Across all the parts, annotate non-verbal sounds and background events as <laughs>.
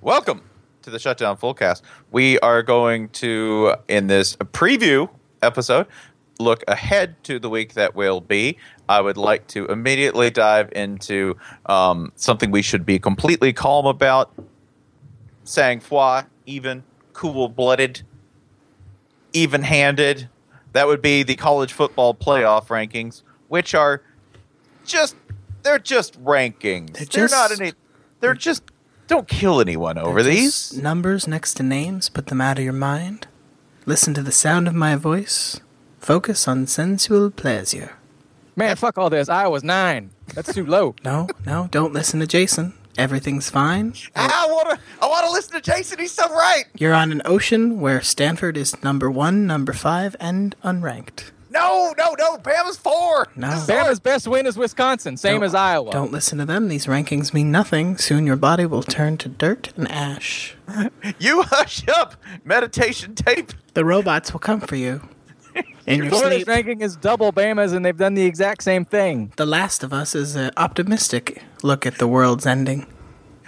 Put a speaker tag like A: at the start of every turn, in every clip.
A: Welcome to the Shutdown Fullcast. We are going to, in this preview episode, look ahead to the week that will be. I would like to immediately dive into um, something we should be completely calm about, sang froid, even, cool blooded, even handed. That would be the college football playoff rankings, which are just, they're just rankings. They're,
B: They're
A: not
B: just-
A: any, they're just, don't kill anyone over these.
B: Just numbers next to names, put them out of your mind. Listen to the sound of my voice. Focus on sensual pleasure.
C: Man, fuck all this. I was nine. That's too <laughs> low.
B: No, no, don't listen to Jason. Everything's fine.
A: I want to. I want to listen to Jason. He's so right.
B: You're on an ocean where Stanford is number one, number five, and unranked.
A: No, no, no. Bama's four.
B: No.
C: Bama's best win is Wisconsin, same
B: Don't-
C: as Iowa.
B: Don't listen to them. These rankings mean nothing. Soon your body will turn to dirt and ash.
A: You hush up. Meditation tape.
B: The robots will come for you. In your
C: Florida's
B: sleep.
C: ranking is double Bama's, and they've done the exact same thing.
B: The Last of Us is an optimistic look at the world's ending.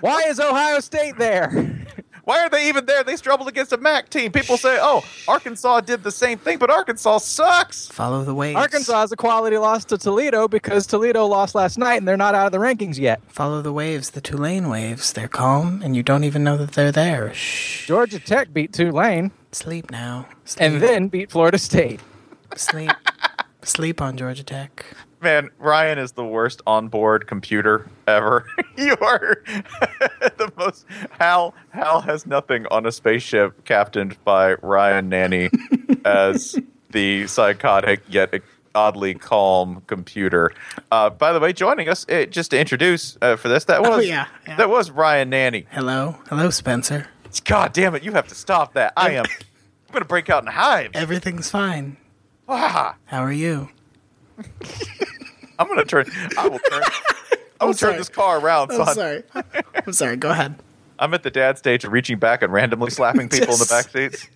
C: Why is Ohio State there? <laughs>
A: Why are they even there? They struggled against a MAC team. People say, "Oh, Arkansas did the same thing," but Arkansas sucks.
B: Follow the waves.
C: Arkansas has a quality loss to Toledo because Toledo lost last night, and they're not out of the rankings yet.
B: Follow the waves, the Tulane waves. They're calm, and you don't even know that they're there. Shh.
C: Georgia Tech beat Tulane
B: Sleep now. Sleep.
C: and then beat Florida State.
B: <laughs> sleep. Sleep on Georgia Tech.
A: Man, Ryan is the worst onboard computer ever. <laughs> you are the most. Hal Hal has nothing on a spaceship captained by Ryan Nanny as the psychotic yet oddly calm computer. Uh, by the way, joining us eh, just to introduce uh, for this that was
B: Oh, yeah, yeah.
A: that was Ryan Nanny.
B: Hello, hello, Spencer.
A: God damn it! You have to stop that. I am. I'm gonna break out in hives.
B: Everything's fine.
A: Ah,
B: How are you?
A: I'm gonna turn. I will
B: <laughs>
A: turn. I will turn
B: sorry.
A: this car around, son.
B: <laughs> I'm sorry. Go ahead.
A: I'm at the dad stage of reaching back and randomly slapping people in the
B: <laughs>
A: back seats.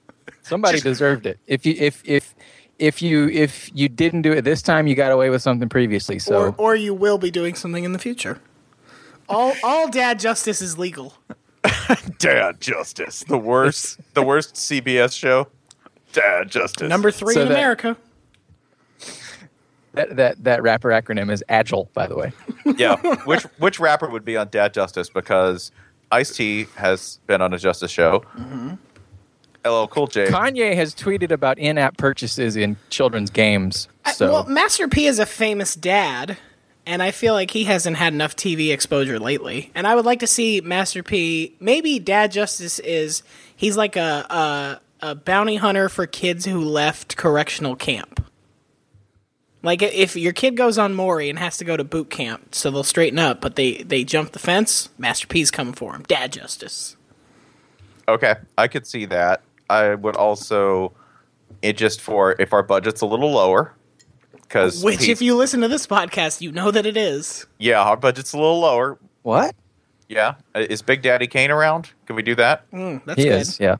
C: <laughs> Somebody deserved it. If you if if if you if you didn't do it this time, you got away with something previously. So
B: Or, or you will be doing something in the future. All, all dad justice is legal.
A: Dad Justice, the worst, the worst CBS show. Dad Justice.
B: Number three
C: So
B: in
C: that-
B: America.
C: that that that rapper acronym is Agile, by the way.
B: <laughs>
A: yeah. Which which rapper would be on Dad Justice? Because Ice T has been on a Justice show.
B: Mm-hmm.
A: LL Cool J.
C: Kanye has tweeted about in-app purchases in children's games. So
B: Well, Master P is a famous dad, and I feel like he hasn't had enough TV exposure lately. And I would like to see Master P. Maybe Dad Justice is he's like a a, a bounty hunter for kids who left correctional camp. Like i- if your kid goes on Maury and has to go to boot camp, so they'll straighten up, but they they jump the fence. Master P's coming for him. Dad Justice.
A: Okay, I could see that. I would also, it just for if our budget's a little lower, because
B: Which, if you listen to this podcast, you know that it is.
A: yeah, our budget's a little lower.
C: what?
A: Yeah, is Big Daddy Kane around? Can we do that?
B: Hmm, That's
C: He
B: good.
C: is. Yeah.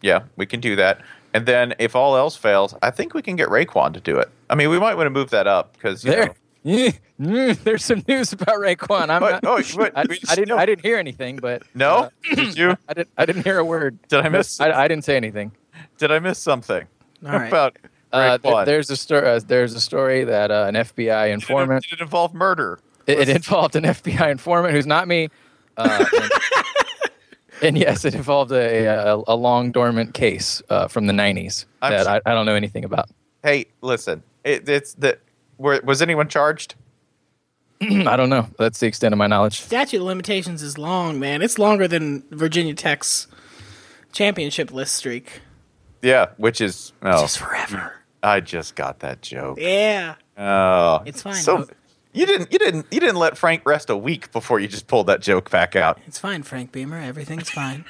A: Yeah, we can do that. And then if all else fails, I think we can get Raekwon to do it. I mean, we might want to move that up because you know,
C: There. Yeah, mm, <laughs> there's some news about Raekwon. I'm
A: What?
C: not,
A: Oh, what?
C: I,
A: We just-
C: I didn't.
A: no.
C: I didn't hear anything, but uh,
B: Uh,
A: no, <laughs> did you
C: I didn't. I didn't hear a word.
A: Did I miss-
C: I, I didn't say anything.
A: did I miss something
B: <laughs> All right.
A: about
C: Uh,
A: Raekwon?
C: th- there's a story. Uh, there's a story that uh, an FBI
A: did, it,
C: informant.
A: did it involve murder?
C: It, it involved an FBI informant who's not me. Uh,
A: <laughs>
C: and, and yes, it involved a, a, a long dormant case uh, from the 90s
A: I'm
C: that
A: su-
C: I, I don't know anything about.
A: Hey, listen, it, it's the were, was anyone charged?
C: <laughs> I don't know. That's the extent of my knowledge.
B: statute of limitations is long, man. It's longer than Virginia Tech's championship list streak.
A: Yeah, which is oh,
B: Just forever.
A: I just got that joke.
B: Yeah.
A: Oh,
B: It's fine,
A: So
B: Hope.
A: you didn't you didn't you didn't let Frank rest a week before you just pulled that joke back out.
B: It's fine, Frank Beamer. Everything's fine.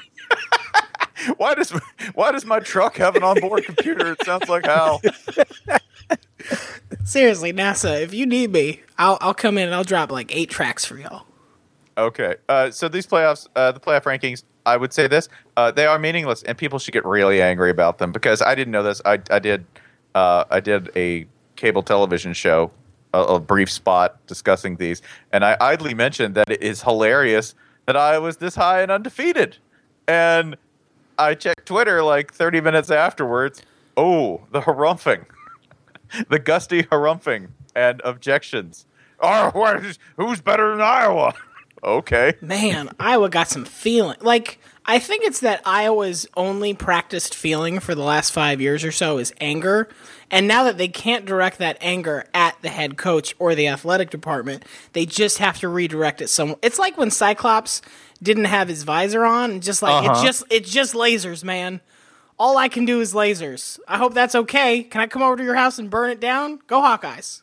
B: <laughs>
A: Why does why does my truck have an onboard computer? It sounds like hell.
B: Seriously, NASA, if you need me, I'll I'll come in and I'll drop like eight tracks for y'all.
A: Okay. Uh, so these playoffs, uh, the playoff rankings, I would say this: uh, they are meaningless, and people should get really angry about them because I didn't know this. I, I did, uh, I did a cable television show, a, a brief spot discussing these, and I idly mentioned that it is hilarious that I was this high and undefeated. And I checked Twitter like 30 minutes afterwards. Oh, the harumphing, <laughs> the gusty harumphing and objections. Oh, what is- who's better than Iowa? <laughs> okay.
B: Man, Iowa got some feeling. Like, I think it's that Iowa's only practiced feeling for the last five years or so is anger. And now that they can't direct that anger at the head coach or the athletic department, they just have to redirect it somewhere. It's like when Cyclops didn't have his visor on and just like it just it just lasers, man. All I can do is lasers. I hope that's okay. Can I come over to your house and burn it down? Go Hawkeyes.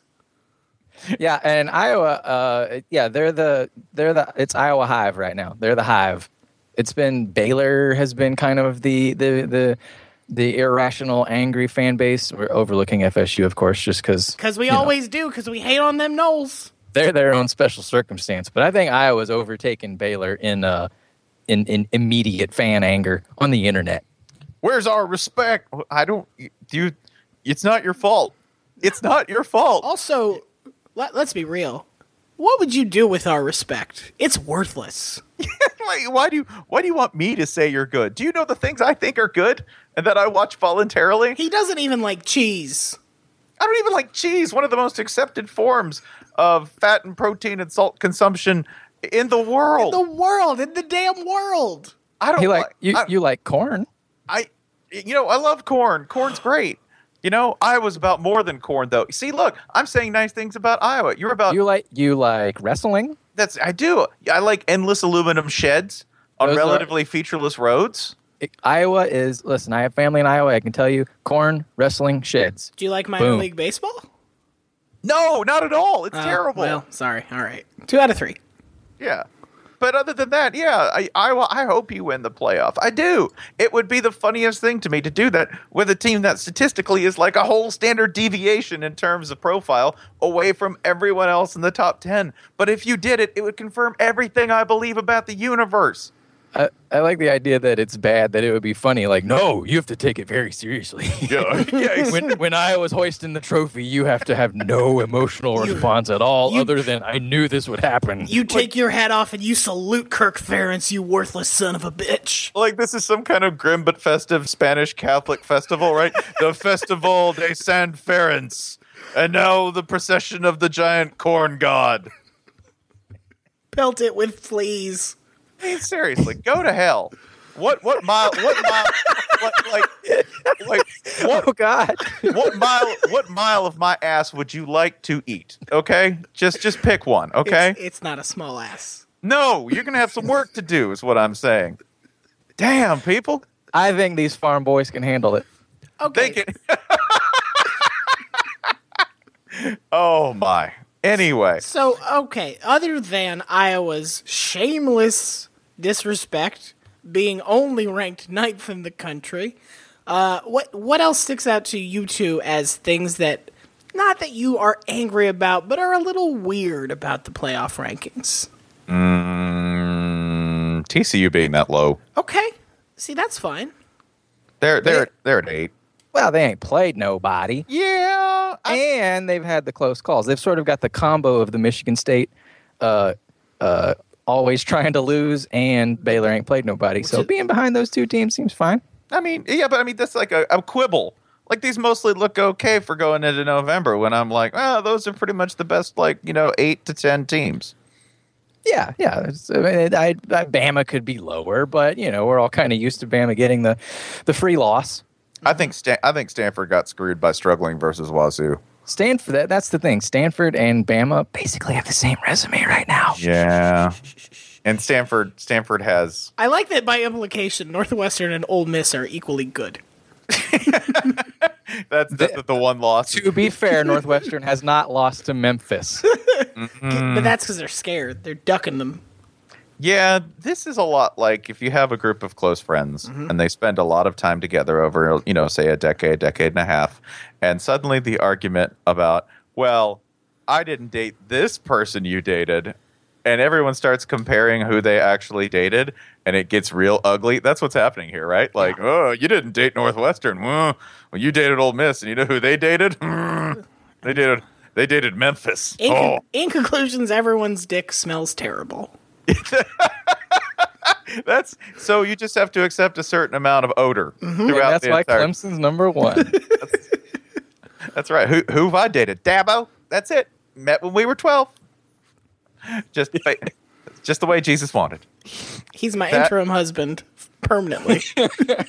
C: Yeah, and Iowa, uh, yeah, they're the they're the it's Iowa Hive right now. They're the Hive. It's been Baylor has been kind of the the the the irrational, angry fan base. We're overlooking FSU, of course, just because
B: Because we always do, because we hate on them Knowles.
C: they're their own special circumstance. But I think Iowa's overtaken Baylor in uh in, in immediate fan anger on the internet.
A: Where's our respect? I don't. You. It's not your fault. It's not your fault.
B: Also, let, let's be real. What would you do with our respect? It's worthless.
A: <laughs> why, why do you why do you want me to say you're good? Do you know the things I think are good and that I watch voluntarily?
B: He doesn't even like cheese.
A: I don't even like cheese, one of the most accepted forms of fat and protein and salt consumption in the world.
B: The world, in the damn world.
A: I don't
C: You like you
A: I,
C: you like corn?
A: I you know, I love corn. Corn's great. You know, Iowa's about more than corn though. See, look, I'm saying nice things about Iowa. You're about
C: You like you like wrestling?
A: that's I do. I like endless aluminum sheds on
C: Those are-
A: relatively featureless roads.
C: It- Iowa is listen. I have family in Iowa. I can tell you, corn, wrestling, sheds.
B: Do you like minor
C: Boom.
B: league baseball?
A: No, not at all. It's
B: Oh,
A: terrible.
B: Well, sorry. All right. Two out of three.
A: Yeah. But other than that, yeah, I, I wa- I hope you win the playoff. I do. It would be the funniest thing to me to do that with a team that statistically is like a whole standard deviation in terms of profile away from everyone else in the top 10. But if you did it, it would confirm everything I believe about the universe.
C: I, I like the idea that it's bad. That it would be funny. Like, no, you have to take it very
B: <laughs>
C: seriously.
A: <laughs> Yeah.
C: <laughs> when when Iowa's hoisting the trophy, you have to have no
B: <laughs>
C: emotional response at all,
B: you-
C: other than I knew this would happen.
B: You take your hat off and you salute Kirk Ferentz, you worthless son of a bitch.
A: like this is some kind of grim but festive Spanish Catholic festival, right? the Festival de San Ferens. And now the procession of the giant corn god.
B: Pelt it with fleas.
A: I mean, seriously, go to hell. What what mile what mile what, like like what
C: <laughs> oh God!
B: <laughs>
A: what mile what mile of my ass would you like to eat? Okay? Just just pick one, okay?
B: It's, it's not a small ass.
A: no, you're going to have some work to do is what I'm saying. Damn, people.
C: I think these farm boys can handle it.
B: Okay.
A: They can <laughs> Oh my. Anyway,
B: So, okay, other than Iowa's shameless disrespect, being only ranked ninth in the country, uh, what what else sticks out to you two as things that not that you are angry about, but are a little weird about the playoff rankings?
A: TCU being that low.
B: Okay, see that's fine.
A: They're
C: they're-
A: they're at 8.
C: Well, they ain't played nobody.
A: Yeah. I-
C: and they've had the close calls. They've sort of got the combo of the Michigan State uh, uh, always trying to lose and Baylor ain't played nobody. So
B: is-
C: being behind those two teams seems fine.
A: I mean, yeah, but I mean, that's like a, a quibble. Like these mostly look okay for going into November when I'm like, oh, those are pretty much the best, like, you know, eight to 10 teams.
C: Yeah, yeah. It's- I mean, I, I, Bama could be lower, but you know we're all kind of used to Bama getting the, the free loss.
A: I think Stan- I think Stanford got screwed by struggling versus Wazoo.
C: Stanford. That, that's the thing. Stanford and Bama basically have the same resume right now.
A: Yeah. and Stanford Stanford has
B: I like that by implication, Northwestern and Ole Miss are equally good.
A: that's the, the one loss.
C: To be fair, Northwestern has not lost to Memphis.
B: But that's because they're scared; they're ducking them.
A: Yeah, this is a lot like if you have a group of close friends and they spend a lot of time together over, you know, say a decade, decade and a half, and suddenly the argument about, well, I didn't date this person you dated, and everyone starts comparing who they actually dated, and it gets real ugly. That's what's happening here, right? Like, oh, you didn't date Northwestern. Well, well, you dated Ole Miss, and you know who they dated? <laughs> Mm, they dated they dated Memphis.
B: In,
A: oh.
B: in conclusions, everyone's dick smells terrible.
A: That's so you just have to accept a certain amount of odor throughout
C: Mm-hmm. that's
A: the
C: why
A: entire.
C: Clemson's number one. <laughs>
A: That's right. Who who've I dated? Dabo. That's it. Met when we were twelve. Just <laughs> just the way Jesus wanted.
B: He's my
A: That-
B: interim husband
C: <laughs>
B: permanently.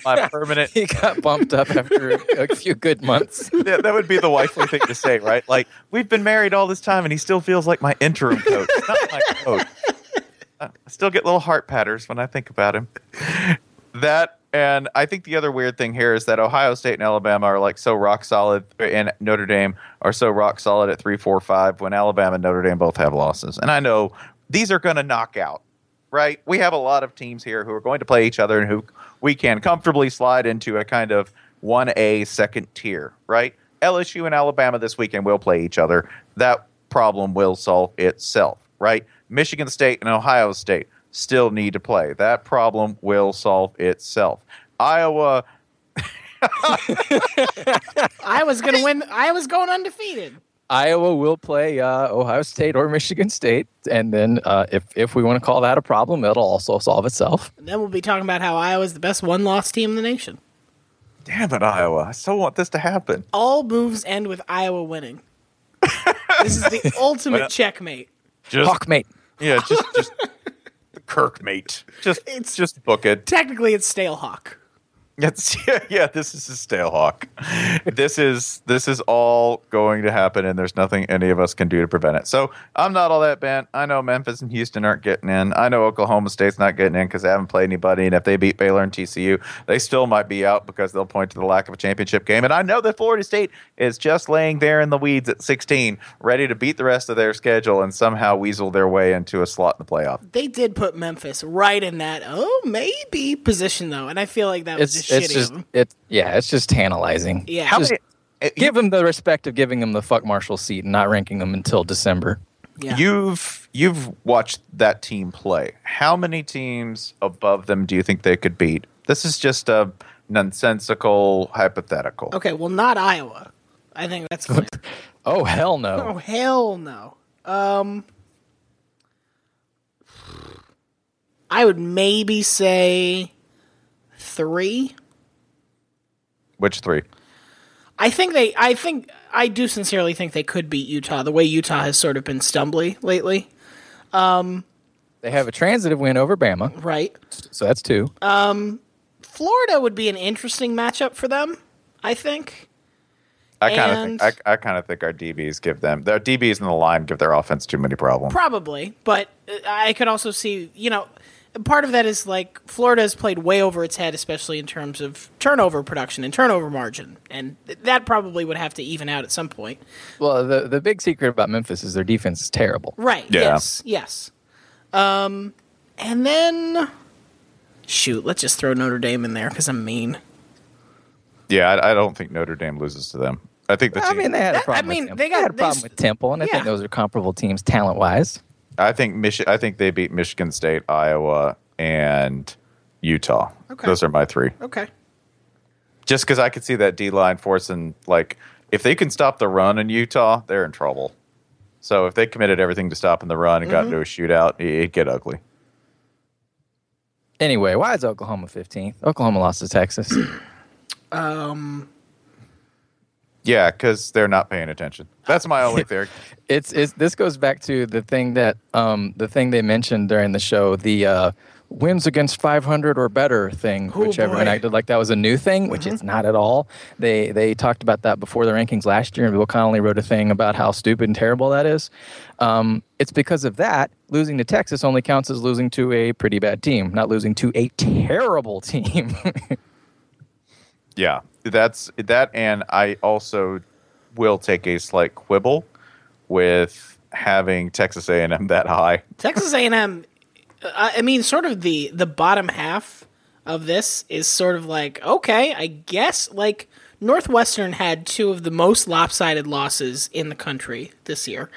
A: My permanent.
C: he got bumped up after a few good months.
A: Yeah, that would be the wifely thing to say, right? Like we've been married all this time, and he still feels like my interim coach, not my coach.
C: <laughs>
A: I still get little heart patters when I think about him. That and I think the other weird thing here is that Ohio State and Alabama are like so rock solid, and Notre Dame are so rock solid at three, four, five. When Alabama and Notre Dame both have losses, and I know these are going to knock out. Right, we have a lot of teams here who are going to play each other, and who we can comfortably slide into a kind of one A second tier. Right, LSU and Alabama this weekend will play each other. That problem will solve itself. Right, Michigan State and Ohio State still need to play. That problem will solve itself. Iowa,
B: I was gonna win. I was going undefeated.
C: Iowa will play uh, Ohio State or Michigan State, and then uh, if if we want to call that a problem, it'll also solve itself.
B: And then we'll be talking about how Iowa's the best one-loss team in the nation.
A: damn it, Iowa! I so want this to happen.
B: All moves end with Iowa
C: <laughs>
B: winning. this is the
C: uh,
B: ultimate checkmate.
A: Just
C: Hawkmate.
A: yeah, just <laughs> just Kirk mate. Just
B: It's-
A: it's just book it.
B: Technically, it's Stalehawk.
A: It's, <laughs> yeah, yeah, this is a stale hawk. This is this is all going to happen, and there's nothing any of us can do to prevent it. So I'm not all that bent. I know Memphis and Houston aren't getting in. I know Oklahoma State's not getting in because they haven't played anybody, and if they beat Baylor and TCU, they still might be out because they'll point to the lack of a championship game. And I know that Florida State is just laying there in the weeds at 16, ready to beat the rest of their schedule and somehow weasel their way into a slot in the playoff.
B: They did put Memphis right in that oh maybe position though, and I feel like that was
C: It's
B: just
C: it's
B: shitty
C: just
B: of them.
C: it yeah, it's just tantalizing.
B: Yeah.
A: How
C: Just
A: many? eh,
C: give them the respect of giving them the fuck Marshall seat and not ranking them until December. <laughs>
B: Yeah.
A: You've you've watched that team play. How many teams above them do you think they could beat? This is just a nonsensical hypothetical.
B: okay, well not Iowa. I think
C: <laughs>
B: that's clear.
C: Oh hell no.
B: oh hell no. Um, I would maybe say three.
A: Which three?
B: I think they. I think I do sincerely think they could beat Utah. The way Utah has sort of been stumbly lately,
C: They have a transitive win over Bama,
B: right?
C: so that's two.
B: Florida would be an interesting matchup for them. I think.
A: I kind
B: And-
A: of think I, I kind of think our DBs give them their DBs in the line give their offense too many problems.
B: Probably, but uh, I could also see, you know, part of that is like Florida has played way over its head, especially in terms of turnover production and turnover margin, and th- that probably would have to even out at some point.
C: Well, the the big secret about Memphis is their defense is terrible.
B: Right?
A: Yeah.
B: Yes. Yes. Um, and then, shoot, let's just throw Notre Dame in there because I'm mean.
A: yeah, I, I don't think Notre Dame loses to them. I think the
C: I
A: team,
C: mean, they had a
B: That- I
C: problem.
B: mean,
C: with Temple.
B: they got-
C: had a
B: they
C: problem
B: s-
C: with Temple, and I
B: yeah.
C: think those are comparable teams talent wise.
A: I think Michi- I think they beat Michigan State, Iowa, and Utah.
B: Okay.
A: Those are my three.
B: Okay.
A: Just because I could see that D line forcing like if they can stop the run in Utah, they're in trouble. So if they committed everything to stopping the run and got into a shootout, it- it'd get ugly.
C: Anyway, why is Oklahoma 15th? Oklahoma lost to Texas.
A: Yeah, because they're not paying attention. That's my only theory.
C: it's, it's this goes back to the thing that um, the thing they mentioned during the show the uh, wins against 500 or better thing,
B: Oh,
C: which everyone
B: boy.
C: acted like that was a new thing, which it's not at all. They they talked about that before the rankings last year, and Bill Connolly wrote a thing about how stupid and terrible that is. Um, it's because of that losing to Texas only counts as losing to a pretty bad team, not losing to a terrible team. <laughs>
A: Yeah, that's that, and I also will take a slight quibble with having Texas A and M that high.
B: Texas A&M. uh, I I mean, sort of the the bottom half of this is sort of like okay, I guess like Northwestern had two of the most lopsided losses in the country this year.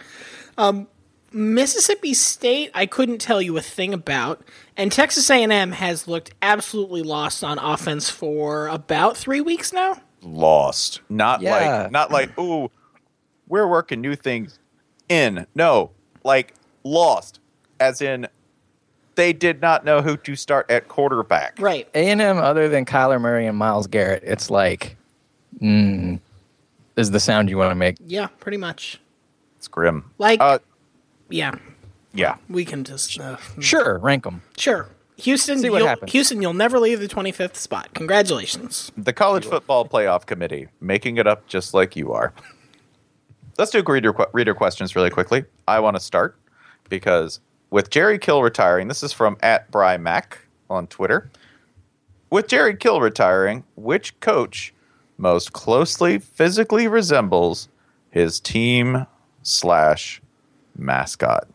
B: Um, Mississippi State, I couldn't tell you a thing about, and Texas A&M has looked absolutely lost on offense for about three weeks now.
A: Lost, not
C: Yeah.
A: like not
B: <laughs>
A: like ooh, we're working new things in. No, like lost, as in they did not know who to start at quarterback.
B: Right.
C: A&M, other than Kyler Murray and Miles Garrett, it's like, mm, is the sound you want to make.
B: Yeah, pretty much.
A: It's grim.
B: Like,
A: Uh,
B: yeah,
A: yeah.
B: we can just uh,
C: Sure, rank them.
B: sure. Houston,
C: See what
B: you'll,
C: happens.
B: Houston, you'll never leave the 25th spot. Congratulations.
A: The College Football Playoff Committee, making it up just like you are. Let's do reader, que- reader questions really quickly. I want to start because with Jerry Kill retiring, this is from at Bry Mac on Twitter. With Jerry Kill retiring, which coach most closely physically resembles his team slash mascot?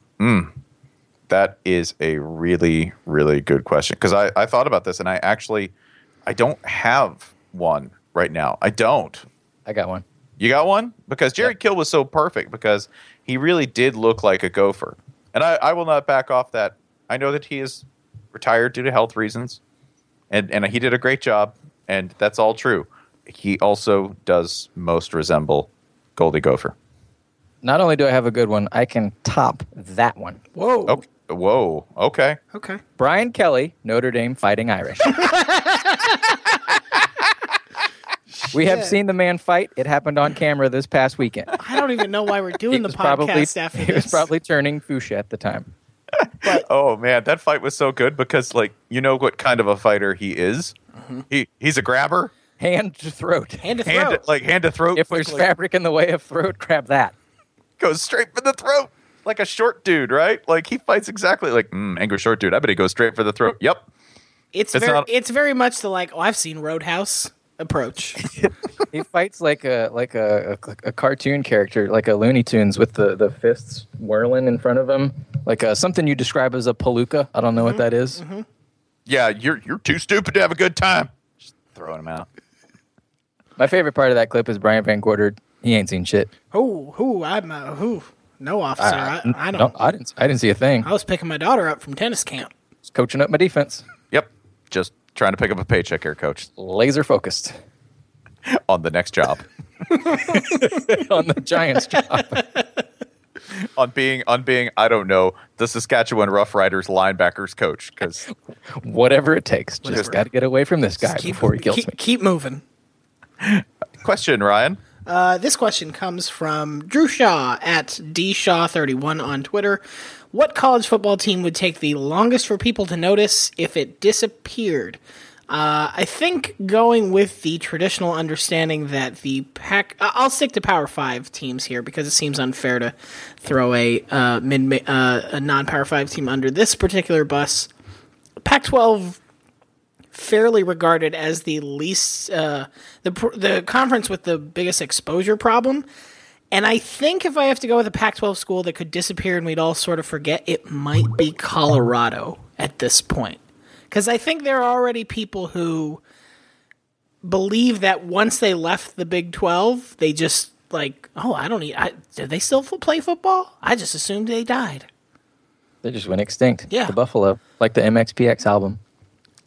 A: That is a really, really good question. Because I, I thought about this and I actually I don't have one right now. I don't.
C: I got one.
A: You got one? Because Jerry Kill was so perfect because he really did look like a gopher. And I, I will not back off that. I know that he is retired due to health reasons and, and he did a great job, and that's all true. He also does most resemble Goldie Gopher.
C: Not only do I have a good one, I can top that one.
B: Whoa.
A: Oh, whoa. Okay.
B: Okay.
C: Brian Kelly, Notre Dame fighting Irish. we have
B: Shit.
C: seen the man fight. It happened on camera this past weekend.
B: I don't even know why
C: <laughs>
B: we're
C: He
B: doing the
C: was probably,
B: podcast after
C: he
B: this.
C: was probably turning fuchsia at the time.
A: Oh man, that fight was so good because like you know what kind of a fighter he is. He he's a grabber,
C: Hand to throat.
B: hand to throat.
A: hand like hand to throat.
C: If there's
A: quickly.
C: fabric in the way of throat, grab that.
A: goes straight for the throat, like a short dude, right? Like he fights exactly like mm, angry short dude. I bet he goes straight for the throat. Yep,
B: it's
A: it's
B: very,
A: not-
B: it's very much the like. Oh, I've seen Roadhouse approach.
C: He fights like a like a, a, a cartoon character, like a Looney Tunes, with the, the fists whirling in front of him, like uh something you describe as a palooka. I don't know
B: Mm-hmm,
C: what that is.
A: yeah, you're you're too stupid to have a good time. Just throwing him out.
C: My favorite part of that clip is Brian Van Gorder. He ain't seen shit.
B: <laughs> who? Who? I'm uh, who? No officer. I, I,
C: Uh, No,
B: don't.
C: I didn't. I didn't see a thing.
B: I was picking my daughter up from tennis camp.
C: Just coaching up my defense.
A: Yep, just trying to pick up a paycheck here, coach,
C: Laser focused <laughs>
A: on the next job,
C: on the
B: <laughs>
C: Giants job.
A: on being on being I don't know the Saskatchewan Roughriders linebackers coach
C: <laughs>
A: because
C: Whatever it takes. Just
B: Whatever.
C: got to get away from this guy
B: Just
C: before he kills
B: keep,
C: me.
B: keep moving.
A: question Ryan.
B: Uh, this question comes from Drew Shaw at dshaw31 on Twitter. What college football team would take the longest for people to notice if it disappeared? Uh, I think going with the traditional understanding that the pack, I- I'll stick to Power Five teams here because it seems unfair to throw a uh, mid uh, a non Power Five team under this particular bus. Pac twelve fairly regarded as the least uh, the pr- the conference with the biggest exposure problem. And I think if I have to go with a Pac-12 school that could disappear and we'd all sort of forget, it might be Colorado at this point, because I think there are already people who believe that once they left the Big 12, they just like, oh, I don't need. I, do they still fo- play football? I just assumed they died.
C: They just went extinct.
B: Yeah.
C: The Buffalo, like the MXPX album.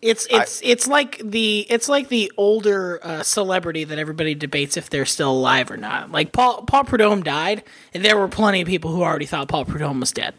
B: It's it's it's like the it's like the older uh, celebrity that everybody debates if they're still alive or not. Like Paul Paul Prudhomme died, and there were plenty of people who already thought Paul Prudhomme was dead.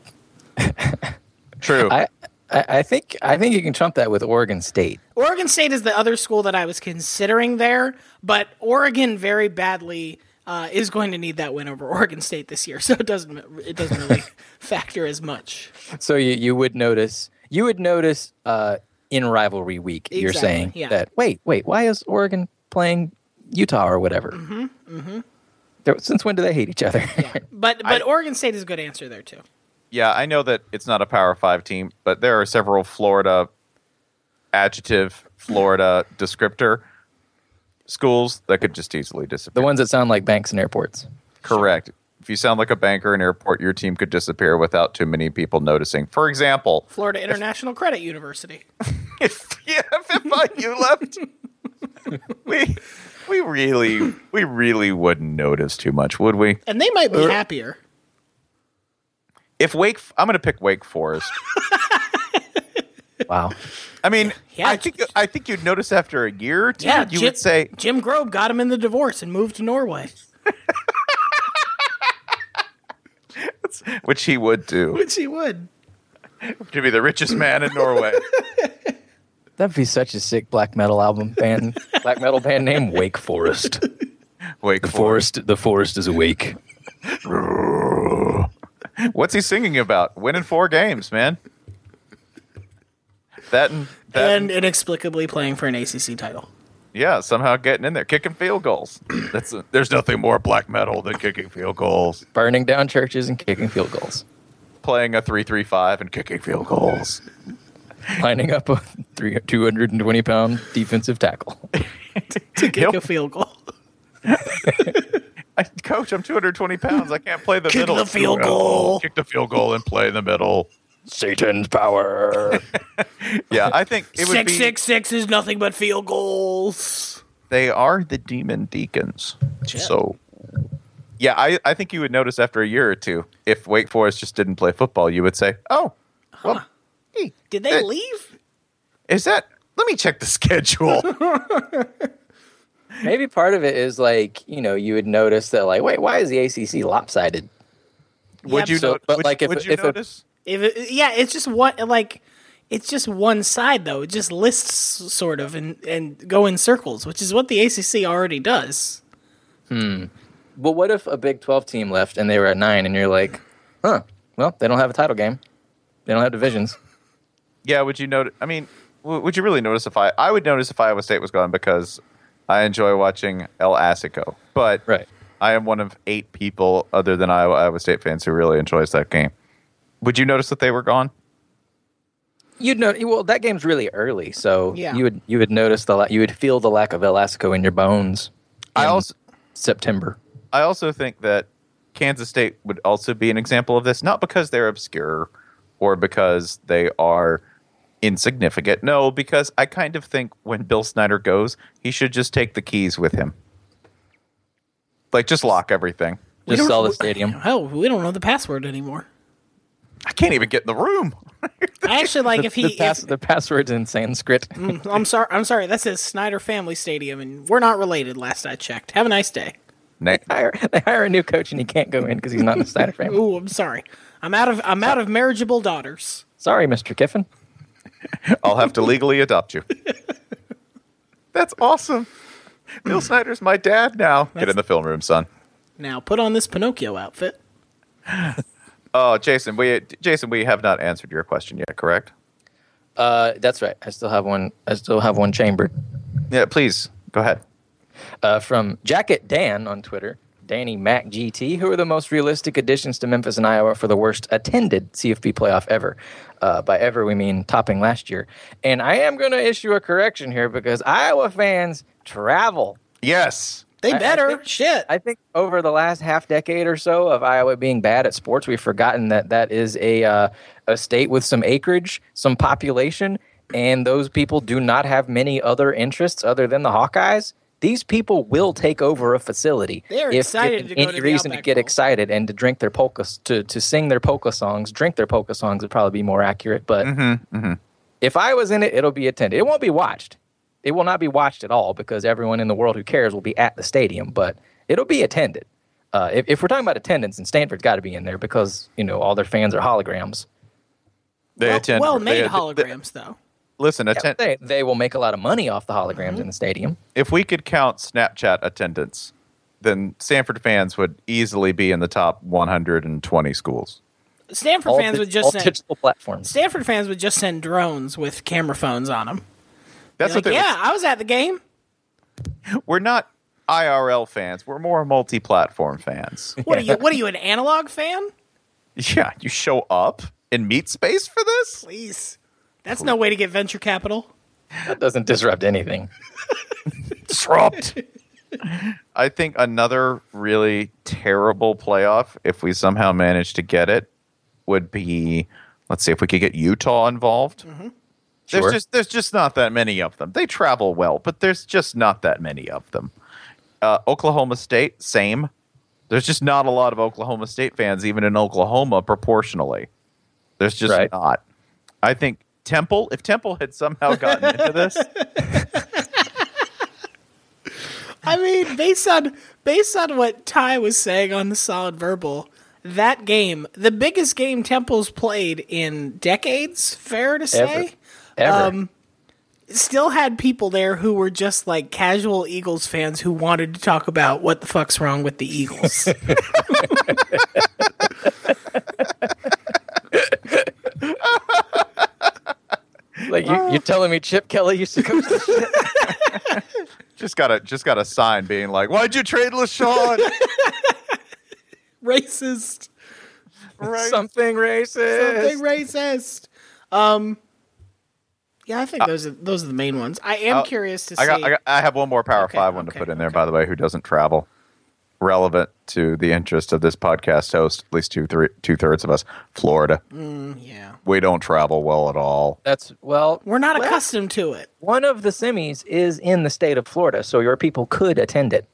A: True.
C: I, I, I think I think you can trump that with Oregon State.
B: Oregon State is the other school that I was considering there, but Oregon very badly uh, is going to need that win over Oregon State this year, <laughs> so it doesn't it doesn't really factor as much.
C: So you, you would notice you would notice uh, in rivalry week. you're
B: Exactly,
C: saying
B: yeah.
C: that wait wait why is Oregon playing Utah or whatever? Mm-hmm, mm-hmm. since when do they hate each other?
B: But but Oregon State is a good answer there too.
A: Yeah, I know that it's not a Power Five team, but there are several Florida adjective, Florida descriptor schools that could just easily disappear.
C: <laughs> the ones that sound like banks and airports.
A: Correct. If you sound like a banker in an airport, your team could disappear without too many people noticing. For example, <laughs>
B: Florida International Credit University.
A: if, yeah, if FIU left, <laughs> we we really we really wouldn't notice too much, would we?
B: And they might be happier.
A: If Wake, I'm going to pick Wake Forest.
C: Wow.
A: I mean,
B: Yeah.
A: I think I think you'd notice after a year or two,
B: Yeah,
A: you
B: Jim,
A: would say,
B: Jim Grobe got him in the divorce and moved to <laughs> Norway,
A: which he would do.
B: which he would.
A: to be the richest man in <laughs> Norway.
C: That'd be such a sick black metal album band, black metal band name Wake Forest.
A: Wake
C: The forest, the forest is awake.
A: What's he singing about? Winning four games, man. That and that
B: and inexplicably playing for an ACC title.
A: yeah, somehow getting in there, kicking field goals. <clears throat> That's there's nothing more black metal than kicking field goals,
C: Burning down churches and kicking field goals.
A: playing a three three five and kicking field goals.
C: Lining up a three, 220 pound defensive tackle.
B: To kick
A: Yep.
B: a field goal.
A: I, Coach, I'm 220 pounds. I can't play the
B: Kick
A: middle.
B: the field goal.
A: Kick the field goal and play in the middle.
C: Satan's power.
A: Yeah, I think <laughs> it would
B: Six
A: be.
B: six six is nothing but field goals.
A: They are the demon deacons.
B: Shit.
A: So, yeah, I, I think you would notice after a year or two if Wake Forest just didn't play football, you would say, "Oh, well, hey,
B: Did they
A: that-
B: leave?
A: Is that? Let me check the <laughs> schedule."
C: Maybe part of it is like, you know, you would notice that, like, wait, why is the ACC lopsided?
A: would you?
C: so-
A: know,
C: but
A: would,
C: like if-
A: would you
C: if a-
A: notice?
B: If it, yeah, it's just one like it's just one side though. It just lists sort of and and go in circles, which is what the ACC already does.
C: But what if a Big 12 team left and they were at nine and you're like, huh, well, they don't have a title game. They don't have divisions.
A: yeah, would you notice? I mean, w- would you really notice if I? I would notice if Iowa State was gone because I enjoy watching El Asico, but
C: Right.
A: I am one of eight people other than Iowa Iowa State fans who really enjoys that game. Would you notice that they were gone?
C: You'd know, well, that game's really early. So
B: Yeah.
C: you would you would notice the, la- you would feel the lack of Elasico in your bones.
A: I
C: in
A: also
C: September.
A: I also think that Kansas State would also be an example of this, not because they're obscure or because they are insignificant. No, because I kind of think when Bill Snyder goes, he should just take the keys with him. Like just lock everything.
B: We
C: Just
B: don't-
C: sell
B: <laughs>
C: the stadium.
B: Hell, we don't know the password anymore.
A: I can't even get in the room. <laughs>
B: I actually like if he. Mm.
C: the, pass-
B: if-
C: the password's in Sanskrit.
B: <laughs> I'm sorry. I'm sorry. That says Snyder Family Stadium, and we're not related. Last I checked. Have a nice day.
A: Na-
C: hire, <laughs> they hire a new coach and he can't go in because he's not in the Snyder
B: <laughs>
C: family.
B: Ooh, I'm sorry. I'm out of. I'm out of marriageable daughters.
C: Sorry, Mr. Kiffin.
A: I'll have to legally adopt you. <laughs> That's awesome. Bill Snyder's my dad now. Get in the film room, son.
B: Now put on this Pinocchio outfit.
A: Oh, Jason, we Jason, we have not answered your question yet, correct?
C: Uh, that's right. I still have one. I still have one chambered
A: Yeah, please go ahead.
C: uh, from Jacket Dan on Twitter. Danny Mac GT. Who are the most realistic additions to Memphis and Iowa for the worst attended CFP playoff ever? Uh, by ever, we mean topping last year. And I am going to issue a correction here because Iowa fans travel.
A: Yes.
B: They
C: I- I
B: better
C: think-
B: shit.
C: I think over the last half decade or so of Iowa being bad at sports, we've forgotten that that is a uh, a state with some acreage, some population, and those people do not have many other interests other than the Hawkeyes. These people will take over a facility.
B: They're
C: if
B: excited to
C: given
B: go
C: any
B: to the
C: reason to
B: Outback
C: get
B: Bowl.
C: excited and to drink their polka to to sing their polka songs, drink their polka songs would probably be more accurate. But if I was in it, it'll be attended. It won't be watched. It will not be watched at all because everyone in the world who cares will be at the stadium, but it'll be attended. Uh, if, if we're talking about attendance, and Stanford's got to be in there because, you know, all their fans are holograms.
A: They
B: well,
A: attend.
B: well
A: they-
B: made
A: they-
B: holograms though.
A: listen, attend,
C: They, they will make a lot of money off the holograms
B: Mm-hmm.
C: in the stadium.
A: if we could count Snapchat attendance, then Sanford fans would easily be in the top 120 schools.
B: Stanford
C: All
B: fans
C: dig-
B: would
C: all
B: just send.
C: digital platforms.
B: Stanford fans would just send drones with camera phones on them.
A: That's
B: like,
A: what they
B: yeah, I was at the game.
A: We're not IRL fans. We're more multi-platform
B: <laughs>
A: fans.
B: What are you? What are you, an analog fan?
A: yeah, you show up in meet space for this?
B: Please, that's no way to get venture capital.
C: That doesn't disrupt anything.
A: disrupt. I think another really terrible playoff, if we somehow manage to get it, would be let's see if we could get Utah involved. There's
C: Sure.
A: just there's just not that many of them. They travel well, but there's just not that many of them. Uh, Oklahoma State, same. There's just not a lot of Oklahoma State fans, even in Oklahoma, proportionally. There's just
C: Right.
A: not. I think Temple, if Temple had somehow gotten into this,
B: I mean, based on based on what Ty was saying on the solid verbal, that game, the biggest game Temple's played in decades, fair to say, um,
C: Ever.
B: still had people there who were just like casual Eagles fans who wanted to talk about what the fuck's wrong with the Eagles.
C: like you, you're telling me Chip Kelly used to coach the shit?
A: Just got a just got a sign being like, "Why'd you trade
B: <laughs>
A: LaShawn?"
B: Racist.
A: right.
C: something racist.
B: something racist. Um, yeah, I think those are those are the main ones. I am
A: I'll-
B: curious to see.
A: I got, I got. I have one more Power
B: Okay,
A: Five one to
B: okay,
A: put in there, by the way. Who doesn't travel? Relevant to the interest of this podcast host, at least two three two thirds of us. Florida,
B: Mm. yeah,
A: we don't travel well at all.
C: That's well,
B: we're not
C: well,
B: accustomed to it.
C: One of the semis is in the state of Florida, so your people could attend it.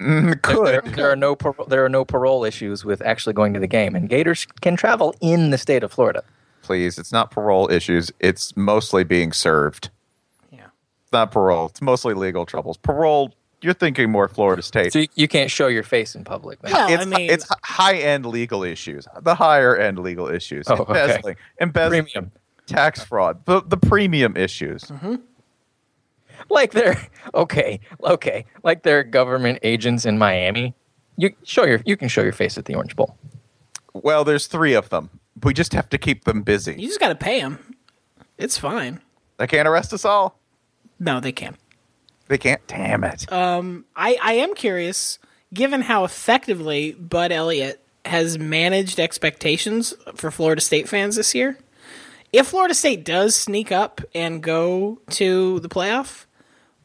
C: There,
A: Could
C: there are no par- there are no parole issues with actually going to the game, and Gators can travel in the state of Florida.
A: please? It's not parole issues. It's mostly being served.
B: Yeah,
A: It's not parole. It's mostly legal troubles. Parole. You're thinking more Florida State.
C: So you, you can't show your face in public.
A: <laughs>
C: man.
B: Well,
A: it's,
B: I mean,
A: it's high end legal issues, the higher end legal issues,
C: Oh, okay.
A: embezzling, embezzling,
C: Premium.
A: tax fraud, the, the premium issues.
B: Mm-hmm.
C: Like they're okay, okay. Like they're government agents in Miami. You show your you can show your face at the Orange Bowl.
A: Well, there's three of them. We just have to keep them busy.
B: you just got to pay them. It's fine.
A: They can't arrest us all.
B: No, they can't.
A: They can't. Damn it.
B: Uh, I I am curious, given how effectively Bud Elliott has managed expectations for Florida State fans this year. If Florida State does sneak up and go to the playoff,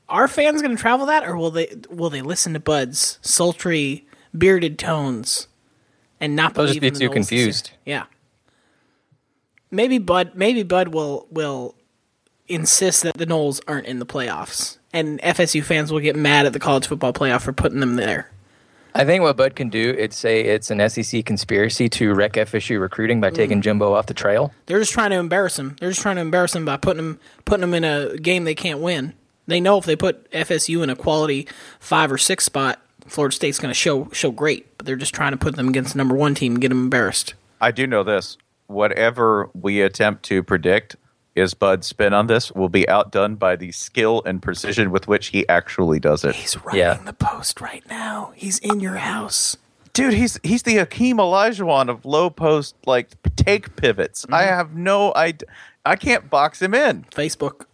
B: are fans going to travel that, or will they will they listen to Bud's sultry, bearded tones and not
C: They'll
B: believe?
C: just be
B: in the
C: too
B: Noles this year?
C: confused.
B: Yeah. Maybe Bud. Maybe Bud will will insist that the Knowles aren't in the playoffs, and FSU fans will get mad at the college football playoff for putting them there.
C: I think what Bud can do is say it's an SEC conspiracy to wreck FSU recruiting by
B: Mm.
C: taking Jimbo off the trail.
B: They're just trying to embarrass him. They're just trying to embarrass him by putting him putting him in a game they can't win. They know if they put FSU in a quality five or six spot, Florida State's going to show show great. But they're just trying to put them against the number one team and get them embarrassed.
A: I do know this. Whatever we attempt to predict is Bud's spin on this will be outdone by the skill and precision with which he actually does it.
B: He's running
C: Yeah.
B: the post right now. He's in your house.
A: Dude, he's he's the Hakeem Olajuwon of low post like take pivots. I
B: Mm-hmm.
A: have no idea. I can't box him in.
B: Facebook.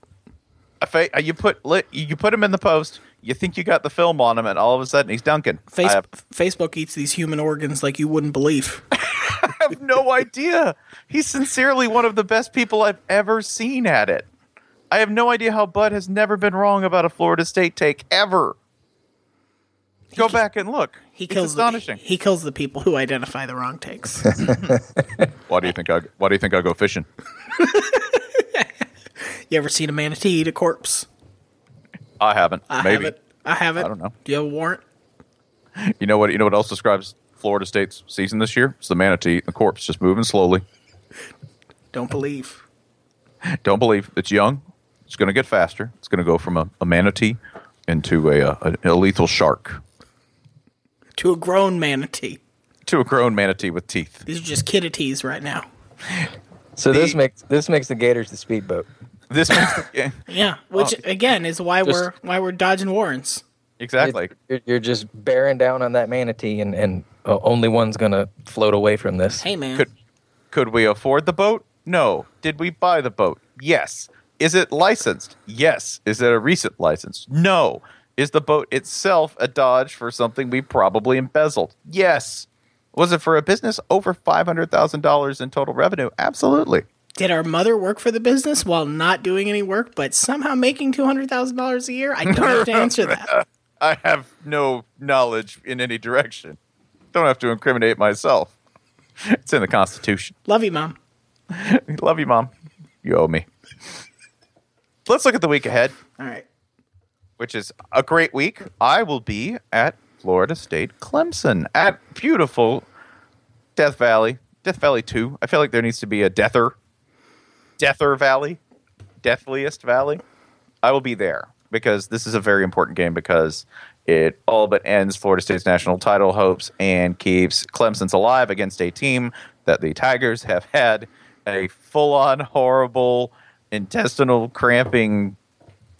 A: If I- you put li- you put him in the post. You think you got the film on him, and all of a sudden he's dunking.
B: Face-
A: I have,
B: Facebook eats these human organs like you
A: <laughs>
B: wouldn't believe.
A: I have
B: <laughs>
A: no idea. He's sincerely one of the best people I've ever seen at it. I have no idea how Bud has never been wrong about a Florida State take ever. Go back and look.
B: He
A: It's
B: kills
A: astonishing.
B: The, he kills the people who identify the wrong takes.
A: <laughs> why do you think I? Why do you think I go fishing?
B: you ever seen a manatee eat a corpse?
A: I haven't.
B: I
A: Maybe.
B: haven't. I haven't.
A: I don't know.
B: Do you have a warrant?
A: You know what? You know what else describes Florida State's season this year? It's the manatee, the corpse, just moving slowly.
B: Don't believe.
A: Don't believe it's young. It's going to get faster. It's going to go from a, a manatee into a, uh, a, a lethal shark
B: To a grown manatee.
A: to a grown manatee with teeth.
B: These are just kiddities right now.
C: So this
A: The-
C: makes this makes the Gators the speedboat.
A: This makes the, <laughs> yeah,
B: Yeah, which again is why
C: Just-
B: we're why we're dodging warrants.
A: exactly.
C: You're, you're just bearing down on that manatee, and and uh, only one's gonna float away from this.
B: Hey man,
A: Could could we afford the boat? No. Did we buy the boat? Yes. Is it licensed? Yes. Is it a recent license? No. Is the boat itself a dodge for something we probably embezzled? Yes. Was it for a business over five hundred thousand dollars in total revenue? Absolutely.
B: did our mother work for the business while not doing any work, but somehow making two hundred thousand dollars a year? I don't have to answer that.
A: I have no knowledge in any direction. Don't have to incriminate myself. It's in the Constitution. <laughs>
B: Love you, mom.
A: Love you, Mom. You owe me. Let's look at the week ahead,
B: All right.
A: which is a great week. I will be at Florida State Clemson at beautiful Death Valley. Death Valley 2. I feel like there needs to be a Deather. Deather Valley. Deathliest Valley. I will be there because this is a very important game because It all but ends Florida State's national title hopes and keeps Clemson's alive against a team that the Tigers have had a full on horrible intestinal cramping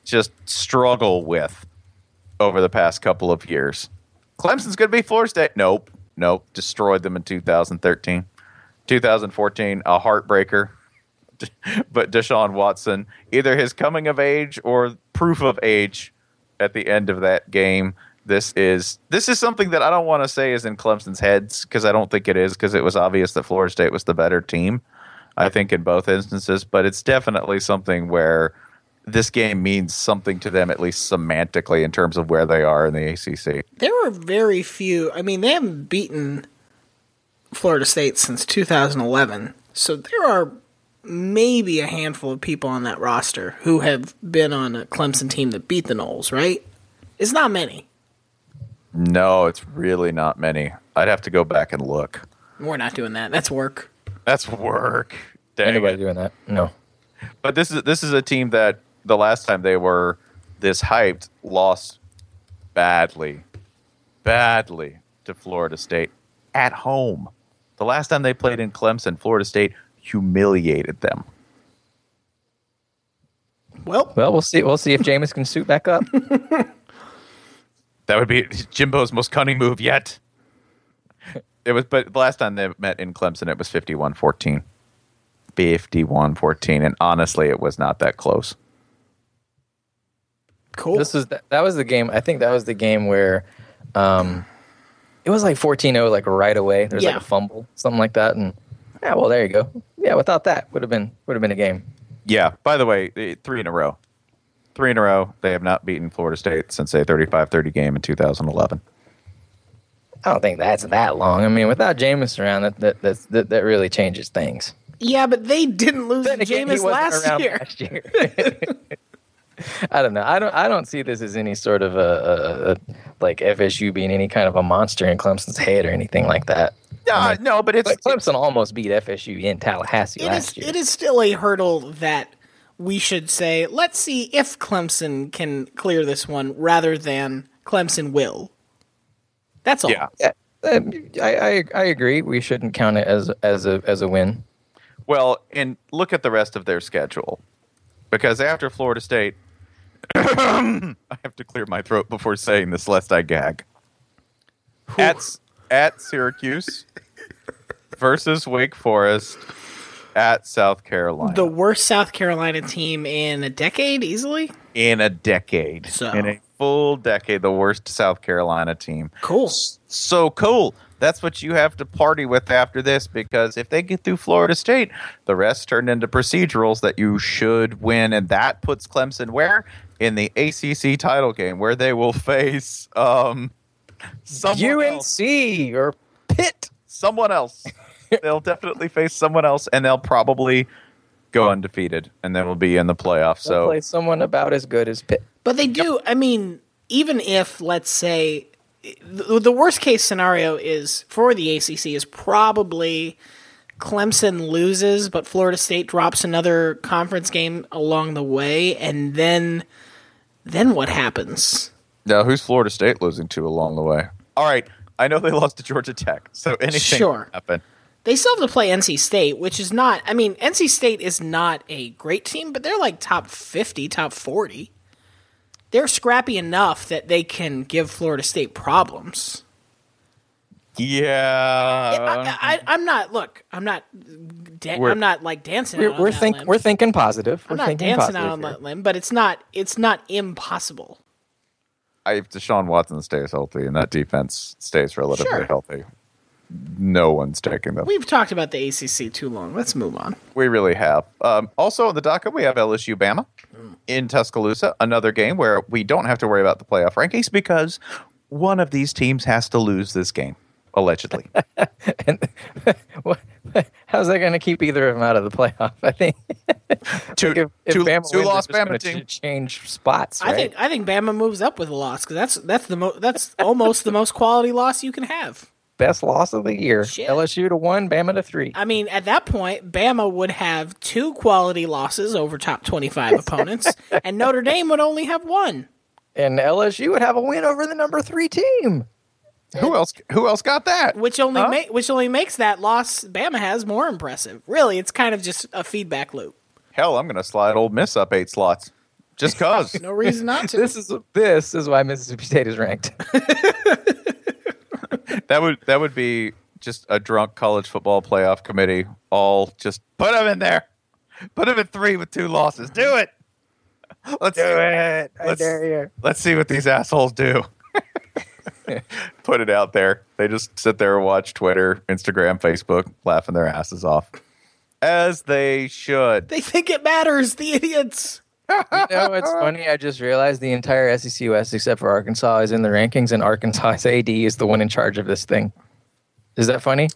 A: just struggle with over the past couple of years. Clemson's going to be Florida State. Nope. Nope. Destroyed them in 2013. 2014, a heartbreaker. but Deshaun Watson, either his coming of age or proof of age at the end of that game. This is this is something that I don't want to say is in Clemson's heads because I don't think it is because it was obvious that Florida State was the better team. I think in both instances, but it's definitely something where this game means something to them, at least semantically, in terms of where they are in the ACC.
B: There were very few. I mean, they haven't beaten Florida State since 2011, so there are maybe a handful of people on that roster who have been on a Clemson team that beat the Knowles. Right? It's not many.
A: No, it's really not many. I'd have to go back and look.
B: We're not doing that. That's work.
A: That's work. Dang
C: Anybody
A: it.
C: doing that? No.
A: But this is this is a team that the last time they were this hyped lost badly, badly to Florida State at home. The last time they played in Clemson, Florida State humiliated them.
B: Well,
C: Well, we'll see. We'll see if Jameis can suit
B: <laughs>
C: back up.
A: That would be Jimbo's most cunning move yet. It was, but the last time they met in Clemson, it was 51 14. 51 14. And honestly, it was not that close.
B: cool.
C: This was th- that was the game. I think that was the game where, um, it was like 14-0 like right away. There's
B: Yeah.
C: like a fumble, something like that, and yeah. Well, there you go. Yeah, without that would have been would have been a game.
A: Yeah. By the way, eh, three in a row. Three in a row. They have not beaten Florida State since a 35 30 game in 2011.
C: I don't think that's that long. I mean, without Jameis around, that that that's, that, that really changes things.
B: yeah, but they didn't lose to
C: Then again, he
B: Jameis
C: wasn't
B: last
C: around
B: year.
C: last year. I don't know. I don't. I don't see this as any sort of a, a, a like FSU being any kind of a monster in Clemson's head or anything like that.
A: Uh, no, but it's
C: But Clemson almost beat FSU in Tallahassee
B: It
C: last
B: is.
C: year.
B: It is still a hurdle that we should say. Let's see if Clemson can clear this one, rather than Clemson will. That's all.
A: Yeah.
C: Yeah, um, I, I I agree. We shouldn't count it as as a as a win.
A: Well, and look at the rest of their schedule. Because after Florida State, <coughs> I have to clear my throat before saying this lest I gag. At, S- at Syracuse versus Wake Forest at South Carolina
B: The worst South Carolina team in a decade, easily.
A: in a decade.
B: So-
A: In a full decade, the worst South Carolina team.
B: Cool.
A: so cool. That's what you have to party with after this because if they get through Florida State, the rest turned into procedurals that you should win. And that puts Clemson where? In the ACC title game where they will face um, someone, else,
C: UNC or Pitt.
A: someone else. they'll definitely face someone else and they'll probably go undefeated and then we'll be in the playoffs.
C: So
A: So
C: play someone about as good as Pitt.
B: But they do. I mean, even if let's say the, the worst case scenario is for the ACC is probably Clemson loses, but Florida State drops another conference game along the way, and then then what happens?
A: now who's Florida State losing to along the way? All right. I know they lost to Georgia Tech. So <laughs> anything
B: Sure.
A: can happen.
B: They still have to play NC State, which is not. I mean, NC State is not a great team, but they're like top fifty, top forty. They're scrappy enough that they can give Florida State problems.
A: Yeah.
C: Uh,
B: I, I, I'm not. Look, I'm not. Da-
A: We're-
B: I'm not like dancing.
C: We're,
B: out
C: we're
B: on that
C: think
B: limb.
C: we're thinking positive.
B: I'm
C: We're
B: not
C: thinking
B: dancing
C: positive
B: out on
C: here.
B: that limb, but it's not. It's not impossible.
A: I- if Deshaun Watson stays healthy and that defense stays relatively
B: Sure.
A: healthy, no one's taking them. We,
B: We've talked about the ACC too long. Let's move on.
A: really have. Um, also on the docket, we have LSU Bama
C: Mm.
A: in Tuscaloosa, another game where we don't have to worry about the playoff rankings because one of these teams has to lose this game,
C: <laughs>
A: allegedly.
C: And <laughs> what, how's that going to keep either of them out of the playoff? <laughs> I think
A: two
C: if, if
A: two,
C: Bama
A: two
C: wins,
A: lost
C: they're
A: Bama
C: just gonna
A: team.
C: ch- change spots. Right?
B: I think. I think Bama moves up with a loss because that's that's the mo- that's <laughs> almost the most quality loss you can have.
C: best loss of the year.
B: Shit.
C: LSU to one, Bama to three.
B: I mean, at that point, Bama would have
C: <laughs>
B: two quality losses over top twenty five opponents, and Notre Dame would only have one.
C: and LSU would have a win over the number three team.
A: Who else? Who else got that?
B: which only ma- which only makes that loss Bama has more impressive. Really, it's kind of just a feedback loop.
A: Hell, I'm going to slide Old Miss up eight slots,
C: <laughs>
A: just cause.
B: No reason not to.
C: This is this is why Mississippi State is ranked.
A: That would that would be just a drunk college football playoff committee. All just put them in there. Put them in three with two losses. Do it. Let's <laughs> do it. Let's,
C: dare you.
A: let's see what these assholes do. <laughs> Put it out there. They just sit there and watch Twitter, Instagram, Facebook, laughing their asses off, as they should.
B: they think it matters. The idiots.
C: you know, it's funny. I just realized the entire SEC West, except for Arkansas, is in the rankings, and Arkansas's AD is the one in charge of this thing. Is that funny?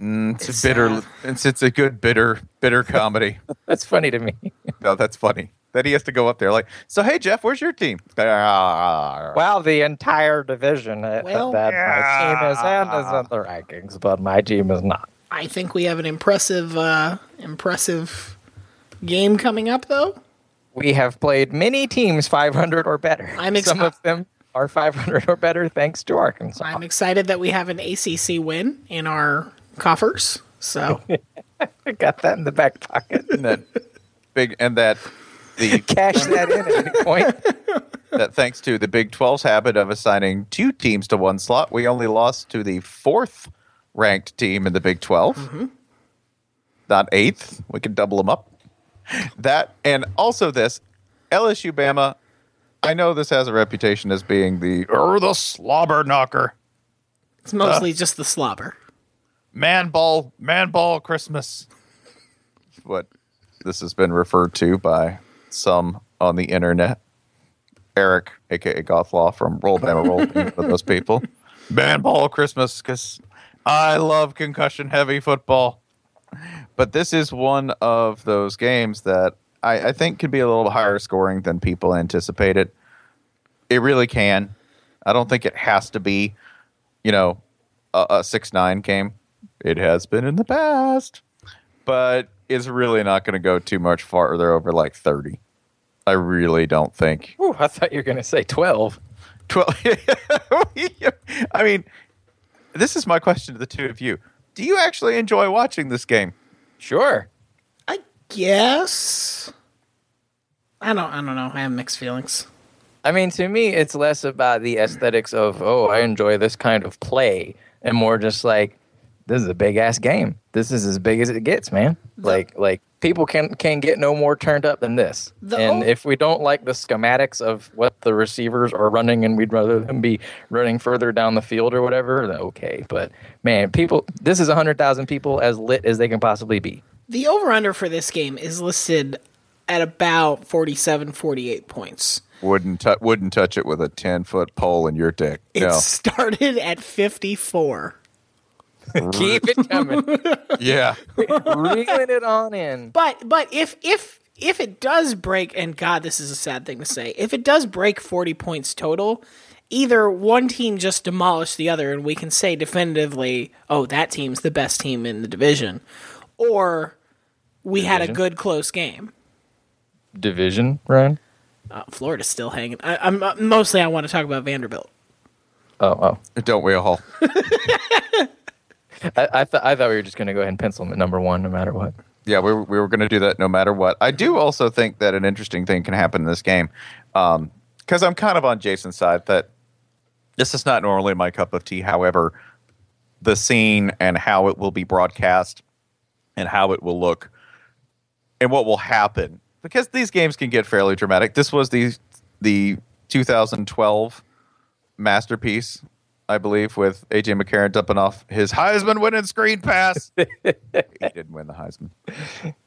A: It's, a bitter.
B: sad.
A: It's it's a good bitter bitter comedy.
C: That's funny to me.
A: <laughs> no, that's funny. That he has to go up there like, so hey Jeff, where's your team? <laughs> Wow.
C: Wow, the entire division uh,
B: Well-
C: that my team is in is in the rankings, but my team is not.
B: I think we have an impressive uh, impressive game coming up, though.
C: We have played many teams 500 or better.
B: I'm ex-
C: Some of them are 500 or better thanks to Arkansas.
B: I'm excited that we have an ACC win in our coffers. So
C: I got that in the back pocket.
A: And that big and that the
C: Cash that in at
B: <laughs>
C: any point.
A: that thanks to the Big 12's habit of assigning two teams to one slot, we only lost to the fourth ranked team in the Big 12, not eighth. We can double them up. That and also this LSU Bama. I know this has a reputation as being the or the slobber knocker,
B: it's mostly just the slobber.
A: man ball, man ball Christmas. What this has been referred to by some on the internet. Eric, aka Gothlaw from Roll Bama Roll, being one of those people. <laughs> Man ball Christmas, because I love concussion heavy football. But this is one of those games that I, I think can be a little higher scoring than people anticipated. It really can. I don't think it has to be, you know, a, a 6 9 game. It has been in the past, but it's really not going to go too much farther over like 30. I really don't think. <laughs>
C: Ooh, I thought you were going to say 12.
A: 12 <laughs> i mean this is my question to the two of you do you actually enjoy watching this game
C: Sure.
B: I guess. I don't. I don't know. I have mixed feelings.
C: I mean, to me, it's less about the aesthetics of, oh, I enjoy this kind of play, and more just like, this is a big ass game. This is as big as it gets, man. Like, like people can can get no more turned up than this.
B: The
C: and
B: o-
C: if we don't like the schematics of what the receivers are running, and we'd rather them be running further down the field or whatever, then okay. But man, people, this is hundred thousand people as lit as they can possibly be.
B: The over under for this game is listed at about 47, 48 points.
A: wouldn't tou wouldn't touch it with a 10 foot pole in your dick
B: It
A: no
B: started at 54.
C: Keep
B: <laughs>
C: it coming,
A: yeah
C: reeling it on in.
B: But but if if if it does break and god this is a sad thing to say. If it does break 40 points total, either one team just demolished the other and we can say definitively, oh, that team's the best team in the division or we had a good close game.
C: Division, Ryan.
B: Uh, Florida's still hanging. I, I'm uh, mostly I want to talk about Vanderbilt.
C: Oh, oh.
A: don't we all
C: I, I, th- I thought we were just going to go ahead and pencil him at number one, no matter what.
A: yeah, we were, we were going to do that no matter what. I do also think that an interesting thing can happen in this game because I'm kind of on Jason's side that this is not normally my cup of tea. However, the scene and how it will be broadcast and how it will look and what will happen because these games can get fairly dramatic. This was the the 2012 masterpiece, I believe, with AJ McCarron dumping off his Heisman winning screen pass. he didn't win the Heisman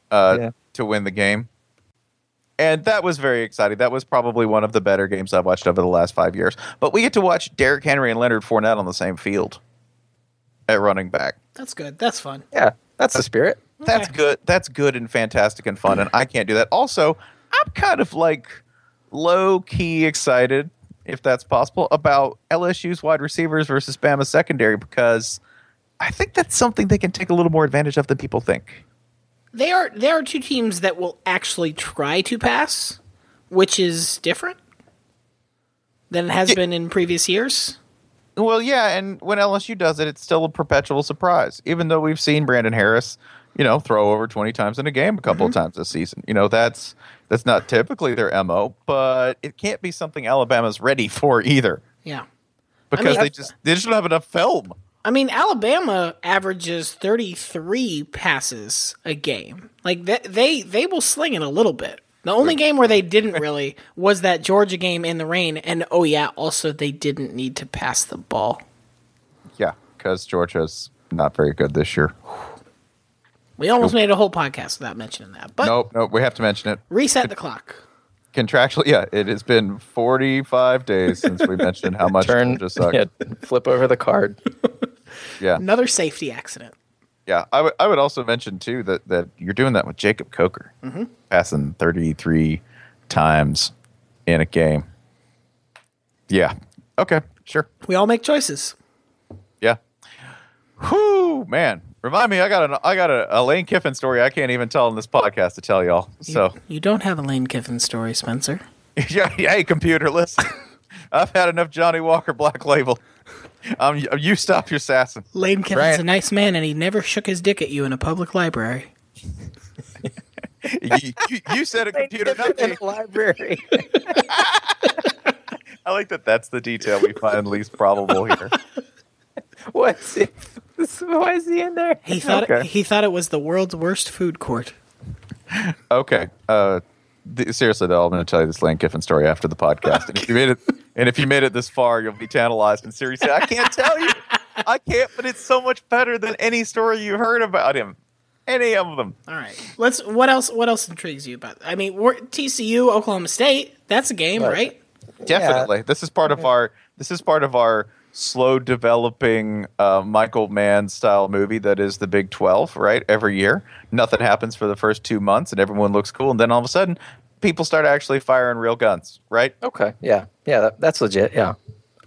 A: uh,
C: Yeah.
A: to win the game, and that was very exciting. That was probably one of the better games I've watched over the last five years. But we get to watch Derrick Henry and Leonard Fournette on the same field at running back.
B: That's good. That's fun.
C: Yeah, that's the spirit.
A: That's
B: Okay.
A: good. That's good and fantastic and fun, and I can't do that. Also, I'm kind of like low key excited, if that's possible, about LSU's wide receivers versus Bama's secondary because I think that's something they can take a little more advantage of than people think.
B: They are there are two teams that will actually try to pass, which is different. than it has
A: Yeah.
B: been in previous years.
A: Well, yeah, and when LSU does it, it's still a perpetual surprise. Even though we've seen Brandon Harris, you know, throw over twenty times in a game a couple of times this season. You know, that's that's not typically their mo, but it can't be something Alabama's ready for either
B: Yeah.
A: because
B: mean,
A: they just they just don't have enough film.
B: I mean, Alabama averages 33 passes a game. Like they they, they will sling it a little bit. The only game where they didn't really was that Georgia game in the rain and oh yeah, also they didn't need to pass the ball.
A: Yeah, because Georgia's not very good this year.
B: We almost made a whole podcast without mentioning that. But
A: Nope, nope. We have to mention it
B: reset the clock.
A: contractually. Yeah, it has been forty-five days since we mentioned <laughs> how much
C: Turn,
A: Georgia sucks.
C: yeah, flip over the
B: <laughs>
C: card.
A: Yeah,
B: Another safety accident.
A: Yeah, I would I would also mention too that that you're doing that with Jacob Coker, passing 33 times in a game. Yeah. Okay. Sure.
B: We all make choices.
A: Yeah. Whoo, man! Remind me, I got an I got a, a Lane Kiffin story I can't even tell in this podcast to tell y'all. So <laughs>
B: You don't have a Lane Kiffin story, Spencer.
A: yeah, hey, computer, listen. <laughs> I've had enough Johnny Walker Black Label. Um, you- you stop your sassing.
B: Lane Kiffin's
C: Right.
B: a nice man and he never shook his dick at you in a public library.
A: You, you, you said a computer, not me.
C: library. <laughs>
A: I like that. That's the detail we find least probable here.
C: What's it? Why is he in there?
A: <laughs>
B: He thought
A: Okay.
B: he thought it was the world's worst food court.
A: Okay. Uh, th- seriously though, I'm going to tell you this Lane Kiffin story after the podcast. And if you made it, and if you made it this far, you'll be tantalized. And seriously, I can't tell you. I can't. But it's so much better than any story you heard about him. Any of them.
B: All right. Let's. What else? What else intrigues you about? I mean, we're, TCU, Oklahoma State. That's a game,
C: Right.
B: right?
A: Definitely. This is part of our. This is part of our slow developing uh, Michael Mann style movie that is the Big Twelve. Right. Every year, nothing happens for the first two months, and everyone looks cool, and then all of a sudden, people start actually firing real guns. Right.
C: Okay. Yeah. Yeah. That, that's legit. Yeah.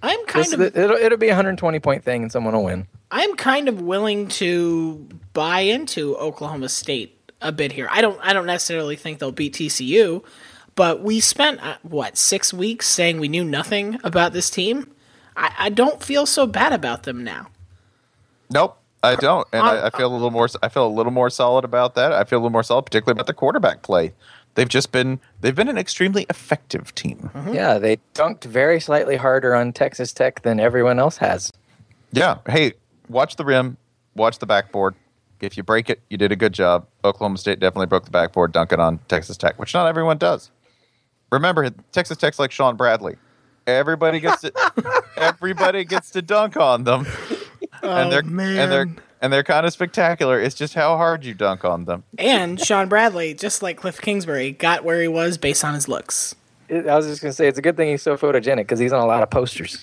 B: I'm kind
C: This,
B: of.
C: it'll, it'll be a 120 point thing and someone will win.
B: I'm kind of willing to buy into Oklahoma State a bit here. I don't. I don't necessarily think they'll beat TCU, but we spent uh, what six weeks saying we knew nothing about this team. I, I don't feel so bad about them now.
A: Nope, I don't, and I, I feel a little more. I feel a little more solid about that. I feel a little more solid, particularly about the quarterback play. They've just been they've been an extremely effective team.
B: Mm-hmm.
C: Yeah. They dunked very slightly harder on Texas Tech than everyone else has.
A: Yeah. Hey, watch the rim, watch the backboard. If you break it, you did a good job. Oklahoma State definitely broke the backboard, dunking on Texas Tech, which not everyone does. Remember, Texas Tech's like Sean Bradley. Everybody gets to everybody gets to dunk on them. and they're and they're
B: man.
A: and they're kind of spectacular. It's just how hard you dunk on them.
C: <laughs>
B: And Sean Bradley, just like Cliff Kingsbury, got where he was based on his looks.
C: It- I was just going to say, it's a good thing he's so photogenic because he's on a lot of posters.